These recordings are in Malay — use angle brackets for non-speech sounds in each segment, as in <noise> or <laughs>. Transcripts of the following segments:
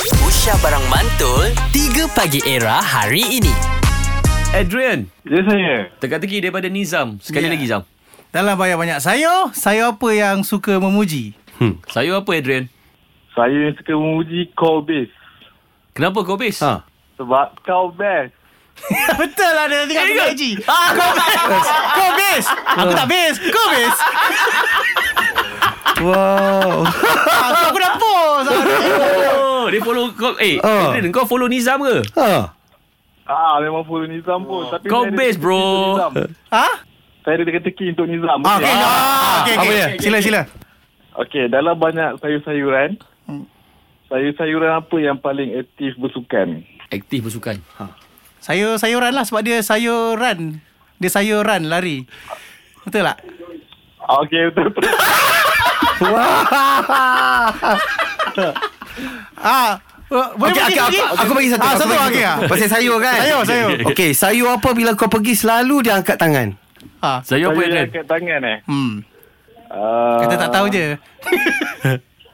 Aisyah Barang Mantul 3 Pagi Era hari ini Adrian Ya saya. Teka-teki daripada Nizam Sekali Ya. lagi Zam Dalam banyak-banyak sayur, sayur apa yang suka memuji? hmm. Sayur apa Adrian? Saya suka memuji kau base. Kenapa kau base? Ha. Sebab kau best. Betul lah dia tengok tengok IG. Kau best. Kau best. Aku tak best. Kau <laughs> best. Wow. Ah, Aku, aku dah post. Oh, dia follow kau Eh, Ah. Adrian kau follow Nizam ke? Ha. Ah memang follow Nizam pun. Tapi Kau saya ada best, teka-teki bro. untuk Nizam. Ha? Saya ada teka-teki untuk Nizam. Ah, okay. Ah. Ah, okay, Apa okay. dia? Sila, sila. Okey, dalam banyak sayur-sayuran, sayur-sayuran apa yang paling aktif bersukan? Aktif bersukan Sayur sayuran lah sebab dia sayuran. Dia sayuran lari. Betul tak? Ah, Okey, betul. betul. Ah, uh, boleh Okey, bagi okay, lagi? aku, aku bagi satu. Ah, aku satu, bagi okey. ah. Pasal sayur kan? Sayur, sayur. Okey, sayur apa bila kau pergi selalu dia angkat tangan? Ah. Sayur apa Sayur Adrian? yang angkat tangan eh. Hmm. Ah, Kita tak tahu je.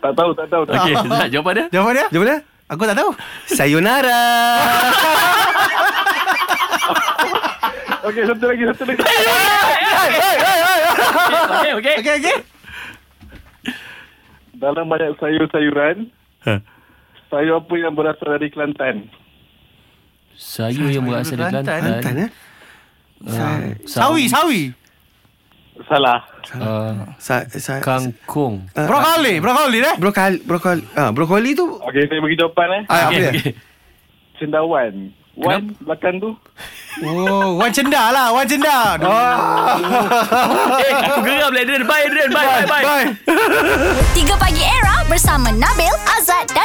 Tak tahu, tak tahu. Tak Okey, Zat jawapan dia? Jawapan dia? Jom mana? Aku tak tahu. Sayonara. tahu. Okey, satu lagi, satu lagi. Okey, okey <laughs> Okey, okey. dalam banyak sayur-sayuran, sayur apa yang berasal dari Kelantan? Sayur yang berasal dari Kelantan. Kelantan Kelantan eh? Sa- Sawi, sawi. Salah. eh, sa- sa- Kangkung ah, Brokoli, brokoli eh. Brokoli, brokoli. Ah, brokoli tu Okey, saya bagi jawapan eh. ah, apa Okey, dia? okey. Cendawan. Wan belakang tu. Oh, wan cenda lah, wan cenda. <laughs> Eh, aku geram lah Adrian Bye Adrian, bye bye bye, bye. 3 Pagi Era bersama Nabil, Azad dan